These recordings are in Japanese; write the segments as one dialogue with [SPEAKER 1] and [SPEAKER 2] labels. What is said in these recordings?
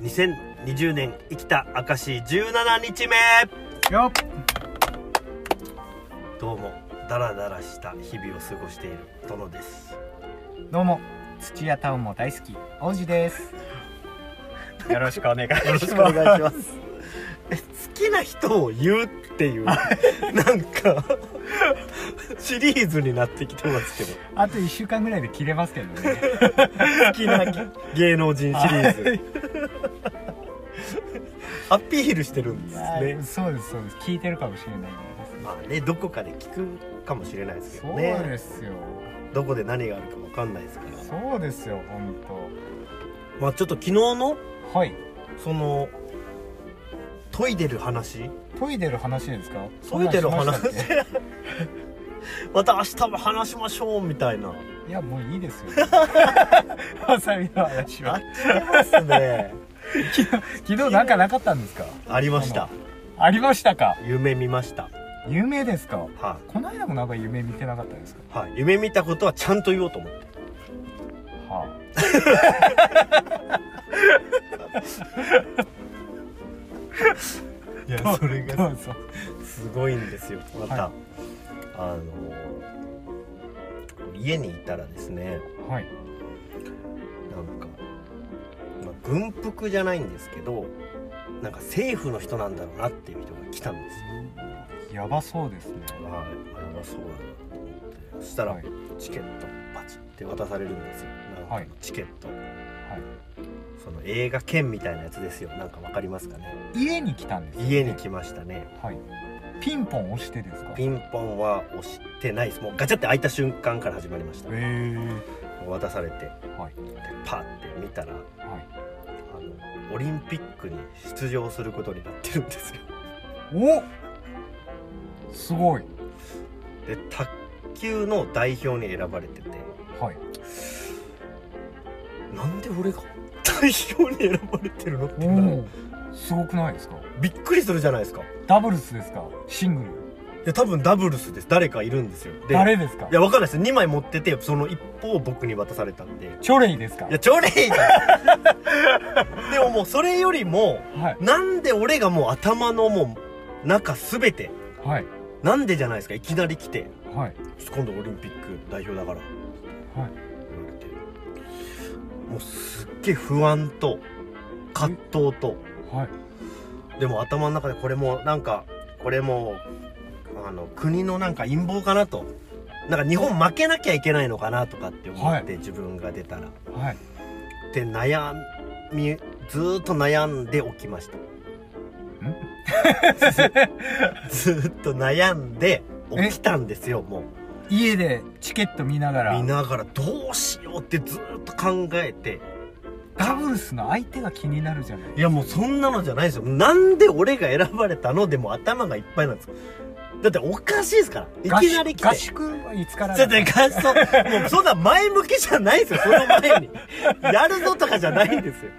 [SPEAKER 1] 2020年生きた証17日目
[SPEAKER 2] よっ
[SPEAKER 1] どうもダラダラした日々を過ごしている殿です
[SPEAKER 2] どうも土屋太鳳も大好き王子ですよろしくお願いします
[SPEAKER 1] いしますえ好きな人を言うっていうなんかシリーズになってきてますけど
[SPEAKER 2] あと1週間ぐらいで切れますけどね
[SPEAKER 1] 好きな芸能人シリーズアピールしてるんですね
[SPEAKER 2] あそうですそうです聞いてるかもしれないで
[SPEAKER 1] まあねどこかで聞くかもしれないです
[SPEAKER 2] す
[SPEAKER 1] け
[SPEAKER 2] そ
[SPEAKER 1] ど
[SPEAKER 2] う
[SPEAKER 1] ね
[SPEAKER 2] ですよ、
[SPEAKER 1] どこで何があるかわかんないですから
[SPEAKER 2] そうですよ本
[SPEAKER 1] まあちょっと昨日の
[SPEAKER 2] 当はい
[SPEAKER 1] その研いでる話
[SPEAKER 2] 研いでる話ですか
[SPEAKER 1] 研いでる
[SPEAKER 2] そんなんし
[SPEAKER 1] 話
[SPEAKER 2] ましたっけ
[SPEAKER 1] また明日も話しましょうみたいない
[SPEAKER 2] やもういい ですよハサミの話は
[SPEAKER 1] してますね
[SPEAKER 2] 昨日なんかなかったんですか
[SPEAKER 1] ありました
[SPEAKER 2] ありましたか
[SPEAKER 1] 夢見ました
[SPEAKER 2] 有名ですか
[SPEAKER 1] は
[SPEAKER 2] この間もなんか夢見てなかったですか
[SPEAKER 1] い、はい、夢見たことはちゃんと言おうと思って
[SPEAKER 2] は
[SPEAKER 1] いや
[SPEAKER 2] あ
[SPEAKER 1] それ
[SPEAKER 2] ど
[SPEAKER 1] が
[SPEAKER 2] うぞ
[SPEAKER 1] すごいんですよまた、
[SPEAKER 2] はい
[SPEAKER 1] あの家にいたらですね
[SPEAKER 2] はい
[SPEAKER 1] なんか、まあ、軍服じゃないんですけどなんか政府の人なんだろうなっていう人が来たんですよ
[SPEAKER 2] やばそうですね
[SPEAKER 1] はい、あやばそうだなと思ってそしたら
[SPEAKER 2] はい
[SPEAKER 1] チケットパチって渡されるんですよなんか
[SPEAKER 2] はい
[SPEAKER 1] チケット、その映画券みたいなやつですよなんかわかりますかね
[SPEAKER 2] 家に来たんですよね
[SPEAKER 1] 家に来ましたね
[SPEAKER 2] はいピンポン押してですか
[SPEAKER 1] ピンポンは押してないですもうガチャって開いた瞬間から始まりました、
[SPEAKER 2] え
[SPEAKER 1] 渡されてで
[SPEAKER 2] はい
[SPEAKER 1] パッて見たら
[SPEAKER 2] はい
[SPEAKER 1] あのオリンピックに出場することになってるんですよ
[SPEAKER 2] おすごい
[SPEAKER 1] で卓球の代表に選ばれてて
[SPEAKER 2] はい
[SPEAKER 1] なんで俺が 代表に選ばれてるのって
[SPEAKER 2] お
[SPEAKER 1] な
[SPEAKER 2] おすごくないですか
[SPEAKER 1] びっくりするじゃないですか
[SPEAKER 2] ダブルスですかシングル
[SPEAKER 1] いや多分ダブルスです誰かいるんですよで
[SPEAKER 2] 誰ですか
[SPEAKER 1] いやわかんないです2枚持っててその一方を僕に渡されたんで
[SPEAKER 2] チョレイですか
[SPEAKER 1] いやちょれいだでももうそれよりも
[SPEAKER 2] はい
[SPEAKER 1] なんで俺がもう頭のもう中全て
[SPEAKER 2] はい
[SPEAKER 1] なんでじゃないですかいきなり来て
[SPEAKER 2] はい
[SPEAKER 1] ちょっと今度オリンピック代表だから
[SPEAKER 2] はい
[SPEAKER 1] 言われてもうすっげえ不安と葛藤と
[SPEAKER 2] はい
[SPEAKER 1] でも頭の中でこれもなんかこれもあの国のなんか陰謀かなとなんか日本負けなきゃいけないのかなとかって思っ
[SPEAKER 2] は
[SPEAKER 1] て自分が出たら、
[SPEAKER 2] はい
[SPEAKER 1] で悩みずーっと悩んでおきましたずーっと悩んで起きたんですよもう
[SPEAKER 2] 家でチケット見ながら
[SPEAKER 1] 見ながらどうしようってずーっと考えて
[SPEAKER 2] ダブルスの相手が気になるじゃない
[SPEAKER 1] いやもうそんなのじゃないですよなんで俺が選ばれたのでも頭がいっぱいなんですよだっておかしいですからいきなり来て
[SPEAKER 2] 合宿合宿はいつから
[SPEAKER 1] ちょ
[SPEAKER 2] だ
[SPEAKER 1] っと感想、もうそんな前向きじゃないですよ、その前に。やるぞとかじゃないんですよ。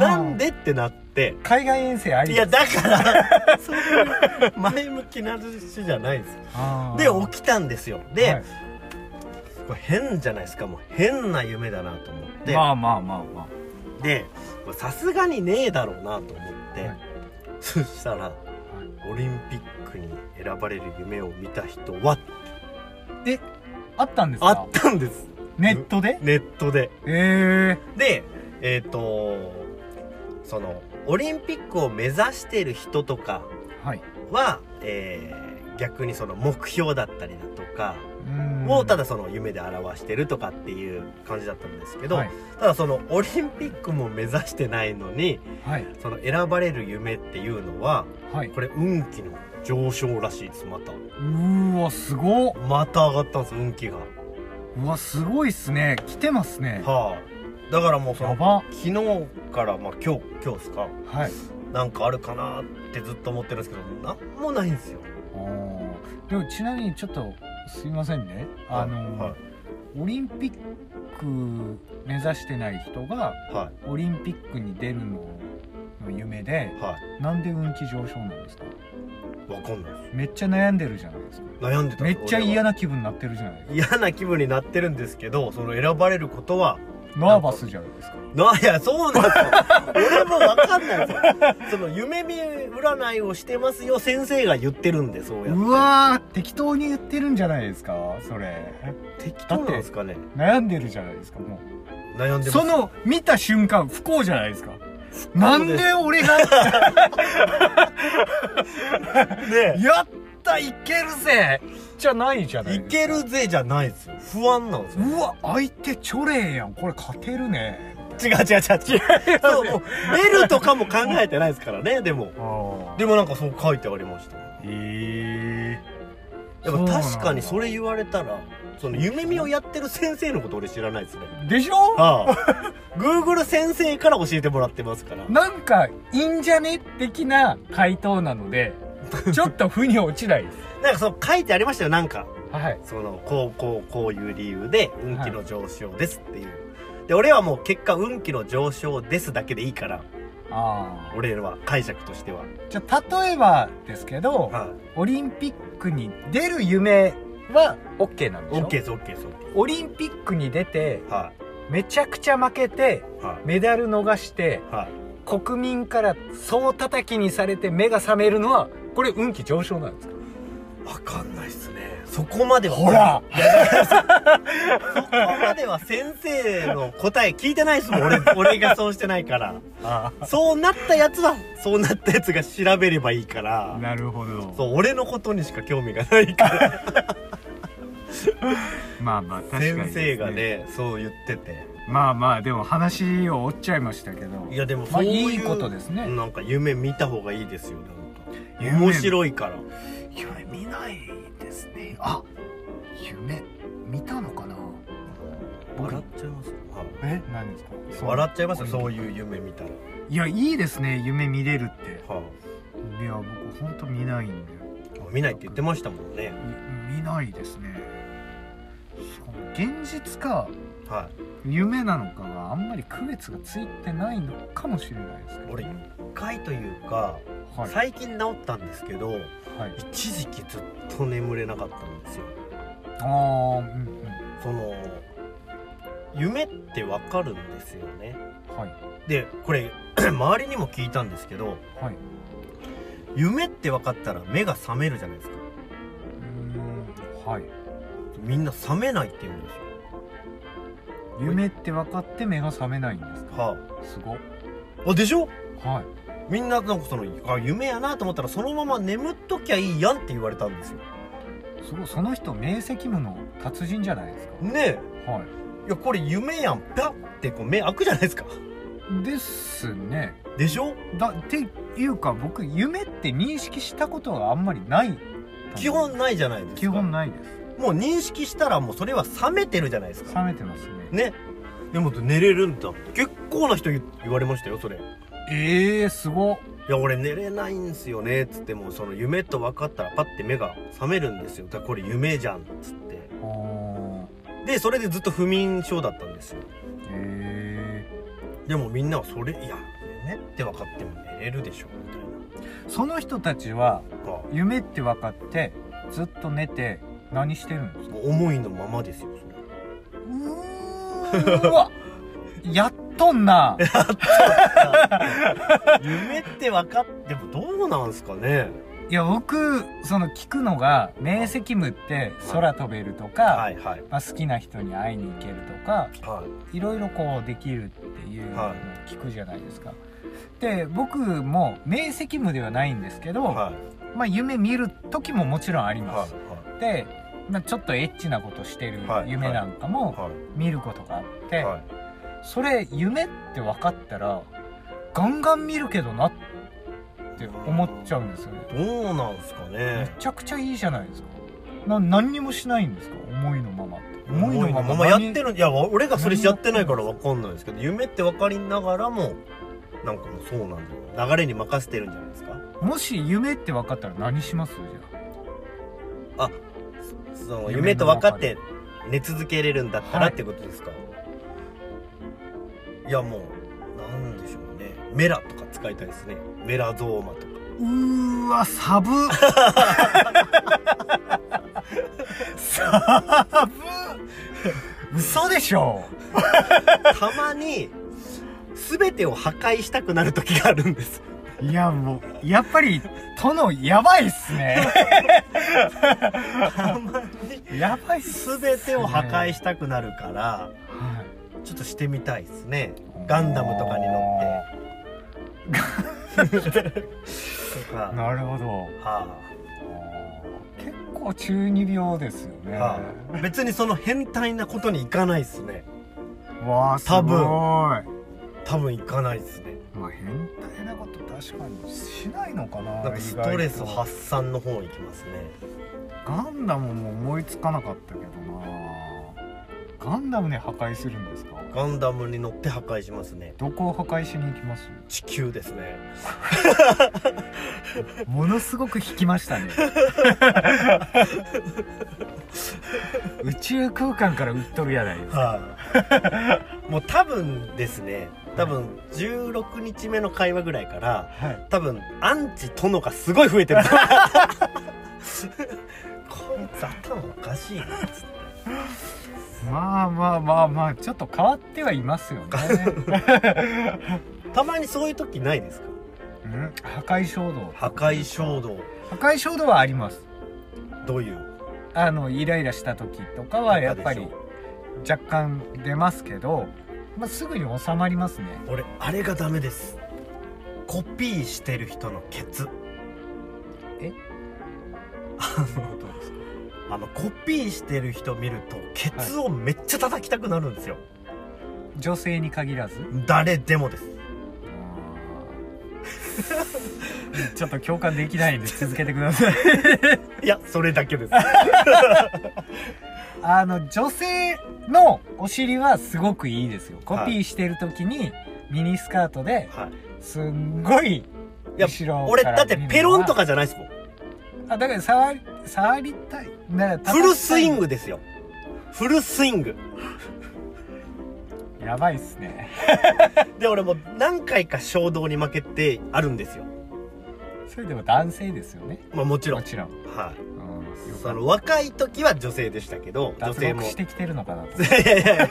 [SPEAKER 1] なんでってなって。
[SPEAKER 2] 海外遠征あり
[SPEAKER 1] いや、だから、そういう前向きな話じゃないです
[SPEAKER 2] あ
[SPEAKER 1] で
[SPEAKER 2] ー、
[SPEAKER 1] 起きたんですよ。
[SPEAKER 2] は
[SPEAKER 1] で
[SPEAKER 2] い、
[SPEAKER 1] これ変じゃないですか、もう変な夢だなと思って。
[SPEAKER 2] まあまあまあま
[SPEAKER 1] で、これさすがにねえだろうなと思って。
[SPEAKER 2] はい
[SPEAKER 1] そしたら、オリンピックに選ばれる夢を見た人は、
[SPEAKER 2] ああったんです
[SPEAKER 1] あ
[SPEAKER 2] か
[SPEAKER 1] ったんです。
[SPEAKER 2] ネットで
[SPEAKER 1] ネットで。
[SPEAKER 2] え
[SPEAKER 1] でえっ、とそのオリンピックを目指してる人とか
[SPEAKER 2] えはい
[SPEAKER 1] は、えー逆にその目標だったりだとか
[SPEAKER 2] うん
[SPEAKER 1] をただその夢で表してるとかっていう感じだったんですけど、
[SPEAKER 2] はい
[SPEAKER 1] ただそのオリンピックも目指してないのに
[SPEAKER 2] はい
[SPEAKER 1] その選ばれる夢っていうのは
[SPEAKER 2] はいう
[SPEAKER 1] これ運気の上昇らしいですまた
[SPEAKER 2] ーわすごっ
[SPEAKER 1] また上がったんです運気が
[SPEAKER 2] うわすごいっすね来てますね
[SPEAKER 1] はあだからもうそ
[SPEAKER 2] や
[SPEAKER 1] の
[SPEAKER 2] ば
[SPEAKER 1] 昨日からまあ今日今日ですか
[SPEAKER 2] はい
[SPEAKER 1] なんかあるかなってずっと思ってるんですけどなんもないんですよ
[SPEAKER 2] おーでもちなみにちょっとすいませんねあのー
[SPEAKER 1] は
[SPEAKER 2] オリンピック目指してない人が
[SPEAKER 1] いは
[SPEAKER 2] オリンピックに出るのの夢で
[SPEAKER 1] いは
[SPEAKER 2] なんで運気上昇なんですか
[SPEAKER 1] いわかんないです
[SPEAKER 2] めっちゃ悩んでるじゃないですか
[SPEAKER 1] 悩んでた
[SPEAKER 2] めっちゃ嫌
[SPEAKER 1] な
[SPEAKER 2] な気分になってるじゃないですか
[SPEAKER 1] 嫌な気分になってるんですけどその選ばれることは
[SPEAKER 2] ナーバスじゃないですか
[SPEAKER 1] ないやそうなん ですよ俺もわかんないですよその夢見占いをしてますよ先生が言ってるんでそうやっ
[SPEAKER 2] うわー適当に言ってるんじゃないですかそれ
[SPEAKER 1] て適当なんですかね
[SPEAKER 2] 悩んでるじゃないですかも
[SPEAKER 1] 悩んで
[SPEAKER 2] う
[SPEAKER 1] ます
[SPEAKER 2] その見た瞬間不幸じゃないですかなんで俺が
[SPEAKER 1] ね
[SPEAKER 2] やったいけるぜじゃないじゃない
[SPEAKER 1] い
[SPEAKER 2] ですか
[SPEAKER 1] けるぜじゃないですよ不安なんですよ
[SPEAKER 2] うわ相手チョレーやんこれ勝てるね
[SPEAKER 1] 違う違う違う違うそうもうベルとかも考えてないですからねでも
[SPEAKER 2] あ
[SPEAKER 1] でもなんかそう書いてありましたよ
[SPEAKER 2] ええ
[SPEAKER 1] やっぱ確かにそれ言われたらその夢見をやってる先生のこと俺知らないですね
[SPEAKER 2] でしょ
[SPEAKER 1] ああ Google 先生から教えてもらってますから
[SPEAKER 2] なんかいいんじゃね的な回答なの でちょっと腑に落ちないです
[SPEAKER 1] なんかそう書いてありましたよなんか
[SPEAKER 2] はい
[SPEAKER 1] そのこうこうこういう理由で運気の上昇ですっていう、で俺はもう結果運気の上昇ですだけでいいから
[SPEAKER 2] あ
[SPEAKER 1] 俺らは解釈としては、
[SPEAKER 2] あじゃあ例えばですけど
[SPEAKER 1] は
[SPEAKER 2] オリンピックに出る夢は OK なん
[SPEAKER 1] い、
[SPEAKER 2] でしょ
[SPEAKER 1] OK です OK です OK
[SPEAKER 2] オリンピックに出て
[SPEAKER 1] は
[SPEAKER 2] めちゃくちゃ負けて
[SPEAKER 1] いは
[SPEAKER 2] メダル逃して
[SPEAKER 1] いはい
[SPEAKER 2] 国民から総叩きにされて目が覚めるのはこれ運気上昇なんですか
[SPEAKER 1] わかんないっすねそこまではそこまでは先生の答え聞いてないっすもん 俺俺がそうしてないから
[SPEAKER 2] あ
[SPEAKER 1] そうなったやつはそうなったやつが調べればいいから
[SPEAKER 2] なるほど
[SPEAKER 1] そう俺のことにしか興味がない から
[SPEAKER 2] まあまあ確かにで
[SPEAKER 1] 先
[SPEAKER 2] す
[SPEAKER 1] 生がねそう言ってて
[SPEAKER 2] まあまあでも話を追っちゃいましたけど
[SPEAKER 1] いやでも
[SPEAKER 2] ま
[SPEAKER 1] そ
[SPEAKER 2] あ
[SPEAKER 1] ういう、
[SPEAKER 2] いいことですね
[SPEAKER 1] なんか夢見た方がいいですよなんか
[SPEAKER 2] 夢
[SPEAKER 1] 面白いから
[SPEAKER 2] 夢見ないですねあ夢見たのかな僕
[SPEAKER 1] 笑っちゃいますよ
[SPEAKER 2] え何ですか
[SPEAKER 1] はい笑っちゃいますよそういう夢見たら、
[SPEAKER 2] いやいいですね夢見れるって
[SPEAKER 1] はい
[SPEAKER 2] や僕本当見ないんで
[SPEAKER 1] い見ないって言ってましたもんね
[SPEAKER 2] み見ないですねそう現実か
[SPEAKER 1] は
[SPEAKER 2] 夢なのかがあんまり区別がついてないのかもしれないですけど
[SPEAKER 1] 俺い回というか、
[SPEAKER 2] はい、
[SPEAKER 1] 最近治ったんですけど
[SPEAKER 2] はい、
[SPEAKER 1] 一時期ずっと眠れなかったんですよ
[SPEAKER 2] ああうんうん
[SPEAKER 1] その夢ってわかるんですよね
[SPEAKER 2] はい
[SPEAKER 1] でこれ 周りにも聞いたんですけど
[SPEAKER 2] はい
[SPEAKER 1] 夢って分かったら目が覚めるじゃないですか
[SPEAKER 2] うーんはい
[SPEAKER 1] みんな覚めないって言うんですよ
[SPEAKER 2] 夢って分かって目が覚めないんですか
[SPEAKER 1] は
[SPEAKER 2] すごっ
[SPEAKER 1] あ、あでしょ
[SPEAKER 2] はい
[SPEAKER 1] みんななんかそのあ夢やなと思ったらそのまま眠っときゃいいやんって言われたんですよ
[SPEAKER 2] すごいその人明晰夢の達人じゃないですか
[SPEAKER 1] ね
[SPEAKER 2] は
[SPEAKER 1] えいやこれ夢やんパッてこう目開くじゃないですか
[SPEAKER 2] いですね
[SPEAKER 1] でしょ
[SPEAKER 2] だっていうか僕夢って認識したことがあんまりない
[SPEAKER 1] 基本ないじゃないですか
[SPEAKER 2] 基本ないです
[SPEAKER 1] もう認識したらもうそれは覚めてるじゃないですか
[SPEAKER 2] 覚めてますね
[SPEAKER 1] ねでも寝れるんだ結構な人言言われましたよそれい
[SPEAKER 2] ええー、すごっ
[SPEAKER 1] や俺寝れないんすよねっつってもうその夢と分かったらパッて目が覚めるんですよだからこれ夢じゃんっつって
[SPEAKER 2] あー
[SPEAKER 1] でそれでずっと不眠症だったんですよ
[SPEAKER 2] え
[SPEAKER 1] でもみんなはそれいや夢って分かっても寝れるでしょみたい
[SPEAKER 2] ー、その人たちは
[SPEAKER 1] なあ
[SPEAKER 2] 夢って分かってずっと寝て何してるんですか
[SPEAKER 1] もう思いのままですよそれ
[SPEAKER 2] うわ やっとんな
[SPEAKER 1] 夢って分かってもどうなんすかね
[SPEAKER 2] いや僕その聞くのが明晰夢って空飛べるとか、
[SPEAKER 1] はいはい
[SPEAKER 2] まあ、好きな人に会いに行けるとか
[SPEAKER 1] はい
[SPEAKER 2] ろいろこうできるっていうのを
[SPEAKER 1] はい
[SPEAKER 2] 聞くじゃないですか。で僕も明晰夢ではないんですけど、
[SPEAKER 1] いはい
[SPEAKER 2] まあ、夢見る時ももちろんありま
[SPEAKER 1] は
[SPEAKER 2] す。
[SPEAKER 1] い
[SPEAKER 2] で、まあ、ちょっとエッチなことしてる
[SPEAKER 1] はい
[SPEAKER 2] 夢なんかも
[SPEAKER 1] は
[SPEAKER 2] 見ることがあって、
[SPEAKER 1] いはい
[SPEAKER 2] それ夢って分かったらガンガン見るけどなって思っちゃうんですよね。
[SPEAKER 1] どうなんすか
[SPEAKER 2] め
[SPEAKER 1] ね
[SPEAKER 2] ちゃくちゃいいじゃないですか。な何にもしないんですか思いのままって。
[SPEAKER 1] 思いのままや
[SPEAKER 2] 何
[SPEAKER 1] ってるいや俺がそれやってないから分かんないですけど夢って分かりながらもなんかもうそうなんだよ流れに任せてるんじゃないですか
[SPEAKER 2] もし夢って分かったら何しますじ
[SPEAKER 1] その夢と分かって寝続けれるんだったらってことですか、い、やもうなんでしょうねメラとか使いたいですねメラゾーマとか
[SPEAKER 2] ゃあうーわサブサブ嘘でしょ
[SPEAKER 1] たまに全てを破壊したくなる時があるんです
[SPEAKER 2] いや、もう、やっぱり、殿、やばいっ すね。
[SPEAKER 1] たまに
[SPEAKER 2] やばいっす。
[SPEAKER 1] 全てを破壊したくなるからちょっとしてみたいですねガンダムとかに乗ってとか
[SPEAKER 2] なるほど。
[SPEAKER 1] は
[SPEAKER 2] 結構中二病ですよね。
[SPEAKER 1] あはあ、別にその変態なことにいかないですね
[SPEAKER 2] わあ、すごい。
[SPEAKER 1] 多分
[SPEAKER 2] ま
[SPEAKER 1] 多分いかないですね
[SPEAKER 2] あ、変態なこと確かにしないのかな。
[SPEAKER 1] なんかストレス
[SPEAKER 2] 意外と
[SPEAKER 1] 発散の方行きますね
[SPEAKER 2] ガンダムも思いつかなかったけどなガンダムで破壊するんですか
[SPEAKER 1] ガンダムに乗って破壊しますね
[SPEAKER 2] どこを破壊しに行きます
[SPEAKER 1] 地球ですね
[SPEAKER 2] ものすごく引きましたね宇宙空間から売っとるやないですか
[SPEAKER 1] はい、 もう多分ですね多分16日目の会話ぐらいから
[SPEAKER 2] はい
[SPEAKER 1] 多分アンチ殿がすごい増えてるこいつ頭おかしいなっつって
[SPEAKER 2] まあまあまあまあちょっと変わってはいますよね、
[SPEAKER 1] たまにそういう時ないですか
[SPEAKER 2] うん、破壊衝動
[SPEAKER 1] 破壊衝動
[SPEAKER 2] 破壊衝動はあります
[SPEAKER 1] どういう
[SPEAKER 2] あのイライラした時とかはやっぱり若干出ますけど、まあ、すぐに収まりますね
[SPEAKER 1] 俺あれがダメですコピーしてる人のケツ
[SPEAKER 2] え
[SPEAKER 1] あのあのコピーしてる人見るとケツをめっちゃ叩きたくなるんですよ、
[SPEAKER 2] 女性に限らず
[SPEAKER 1] 誰でもです
[SPEAKER 2] ちょっと共感できないんで続けてください
[SPEAKER 1] いやそれだけです
[SPEAKER 2] あの女性のお尻はすごくいいですよコピーしてる時にミニスカートで
[SPEAKER 1] はい
[SPEAKER 2] すんごい
[SPEAKER 1] いや
[SPEAKER 2] 後ろ
[SPEAKER 1] 俺
[SPEAKER 2] から
[SPEAKER 1] だってペロンと
[SPEAKER 2] か
[SPEAKER 1] かじゃないですもん
[SPEAKER 2] あだから触り触りたいな
[SPEAKER 1] フルスイン
[SPEAKER 2] グ
[SPEAKER 1] グですよフルスイング
[SPEAKER 2] やばいっすね
[SPEAKER 1] で俺もう何回か衝動に負けてあるんですよ
[SPEAKER 2] それでも男性ですよね
[SPEAKER 1] まあもちろんは
[SPEAKER 2] も
[SPEAKER 1] い、
[SPEAKER 2] ちろん、うん、よ
[SPEAKER 1] そ
[SPEAKER 2] か
[SPEAKER 1] の若い時は女性でしたけど
[SPEAKER 2] った
[SPEAKER 1] 女
[SPEAKER 2] 脱
[SPEAKER 1] 性
[SPEAKER 2] 獄
[SPEAKER 1] も
[SPEAKER 2] してきてるのかなと
[SPEAKER 1] いやいやいや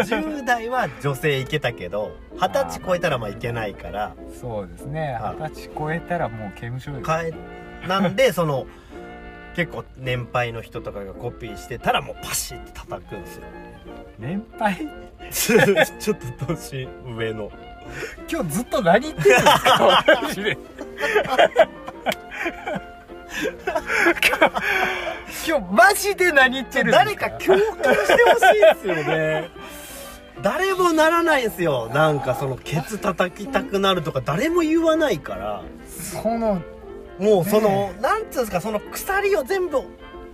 [SPEAKER 1] 10代は女性いけたけど二十歳超えたらまあいけないから
[SPEAKER 2] そうですね
[SPEAKER 1] はい
[SPEAKER 2] 二十歳超えたらもう刑務所よ
[SPEAKER 1] かえなんでその結構年配の人とかがコピーしてたらもうパシッて叩くんですよ
[SPEAKER 2] 年配
[SPEAKER 1] ちょっと年上の
[SPEAKER 2] 今日ずっと何言ってるんですか 私ね今日今日マジで何言ってるんですか
[SPEAKER 1] 誰か共感してほしいですよね 誰もならないんですよなんかそのケツ叩きたくなるとか誰も言わないから
[SPEAKER 2] その
[SPEAKER 1] もうその、
[SPEAKER 2] ね
[SPEAKER 1] なんつうんですかその鎖を全部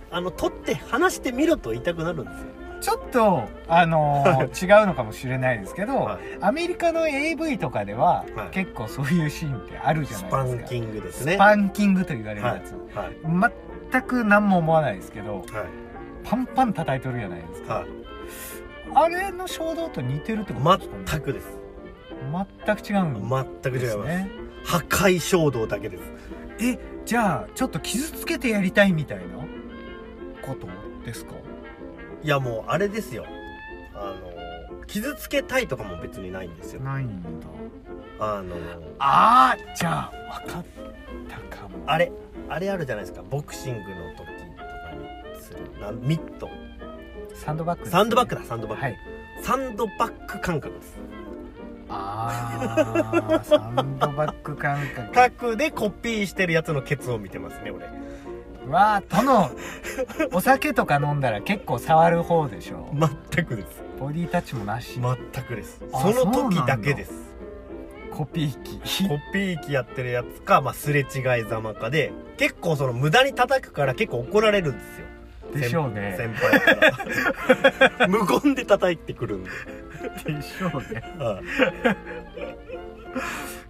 [SPEAKER 1] あの取って離してみろと言いたくなるんですよ
[SPEAKER 2] ちょっとあのー違うのかもしれないですけど、
[SPEAKER 1] はい
[SPEAKER 2] アメリカの AV とかでは、
[SPEAKER 1] はい
[SPEAKER 2] 結構そういうシーンってあるじゃ
[SPEAKER 1] ス
[SPEAKER 2] な
[SPEAKER 1] パ
[SPEAKER 2] いです
[SPEAKER 1] ン
[SPEAKER 2] か
[SPEAKER 1] キングですね
[SPEAKER 2] スパンキングと言われる
[SPEAKER 1] はい
[SPEAKER 2] やつ、
[SPEAKER 1] はい
[SPEAKER 2] 全く何も思わないですけど
[SPEAKER 1] はい
[SPEAKER 2] パンパン叩いとるじゃないですか
[SPEAKER 1] は
[SPEAKER 2] あれの衝動と似てるってことですか、ね
[SPEAKER 1] い、全くです
[SPEAKER 2] 全く違うんですね
[SPEAKER 1] 全く違います破壊衝動だけです
[SPEAKER 2] えじゃあちょっと傷つけてやりたいみたいなことですか
[SPEAKER 1] いやもうあれですよあの傷つけたいとかも別にないんですよ
[SPEAKER 2] ないんだ
[SPEAKER 1] あの
[SPEAKER 2] ああじゃあ分かったかも
[SPEAKER 1] あれあれあるじゃないですかボクシングの時とかにするなんミット
[SPEAKER 2] サンドバッグですね、
[SPEAKER 1] サンドバッグだサンドバッグ、
[SPEAKER 2] はい
[SPEAKER 1] サンドバッグ感覚です
[SPEAKER 2] ああサンドバッグ感覚
[SPEAKER 1] 核でコピーしてるやつのケツを見てますね俺
[SPEAKER 2] わあ殿お酒とか飲んだら結構触る方でしょ
[SPEAKER 1] 全くです
[SPEAKER 2] ボディタッチもなし、
[SPEAKER 1] 全くです
[SPEAKER 2] あ
[SPEAKER 1] その
[SPEAKER 2] そうなん
[SPEAKER 1] 時
[SPEAKER 2] だ
[SPEAKER 1] だけです
[SPEAKER 2] コピー機
[SPEAKER 1] コピー機やってるやつか、まあ、すれ違いざまかで結構その無駄に叩くから結構怒られるんですよ
[SPEAKER 2] でしょうね
[SPEAKER 1] 先輩から 無言で叩いてくるんで、
[SPEAKER 2] でしょうね
[SPEAKER 1] はい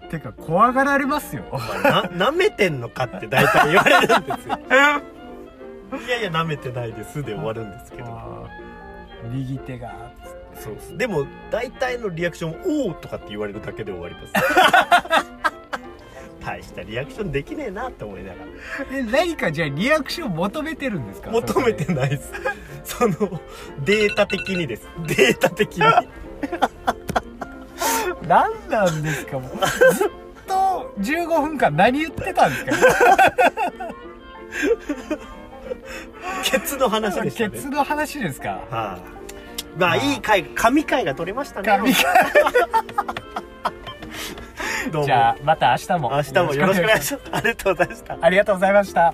[SPEAKER 2] てか怖がられますよ
[SPEAKER 1] まあな舐めてんのかって大体言われるん ですよいやいや舐めてないですで終わるんですけど
[SPEAKER 2] あー右手が
[SPEAKER 1] そうですでも大体のリアクション「おお」とかって言われるだけで終わります 大したリアクションできねえなって思いなが
[SPEAKER 2] え何かじゃあリアクション求めてるんですから
[SPEAKER 1] 求めてないですそのデータ的にですデータ的 に
[SPEAKER 2] 何なんですかもうずっと15分間何言ってたんですか
[SPEAKER 1] ケツの話でした
[SPEAKER 2] ケ
[SPEAKER 1] ね
[SPEAKER 2] ツの話ですか
[SPEAKER 1] はい、まあいい回神回が取れましたね
[SPEAKER 2] 神回
[SPEAKER 1] どうも
[SPEAKER 2] じゃあまた明日も
[SPEAKER 1] 明日もよろしくお願い
[SPEAKER 2] す
[SPEAKER 1] しますありがとうございました
[SPEAKER 2] ありがとうございました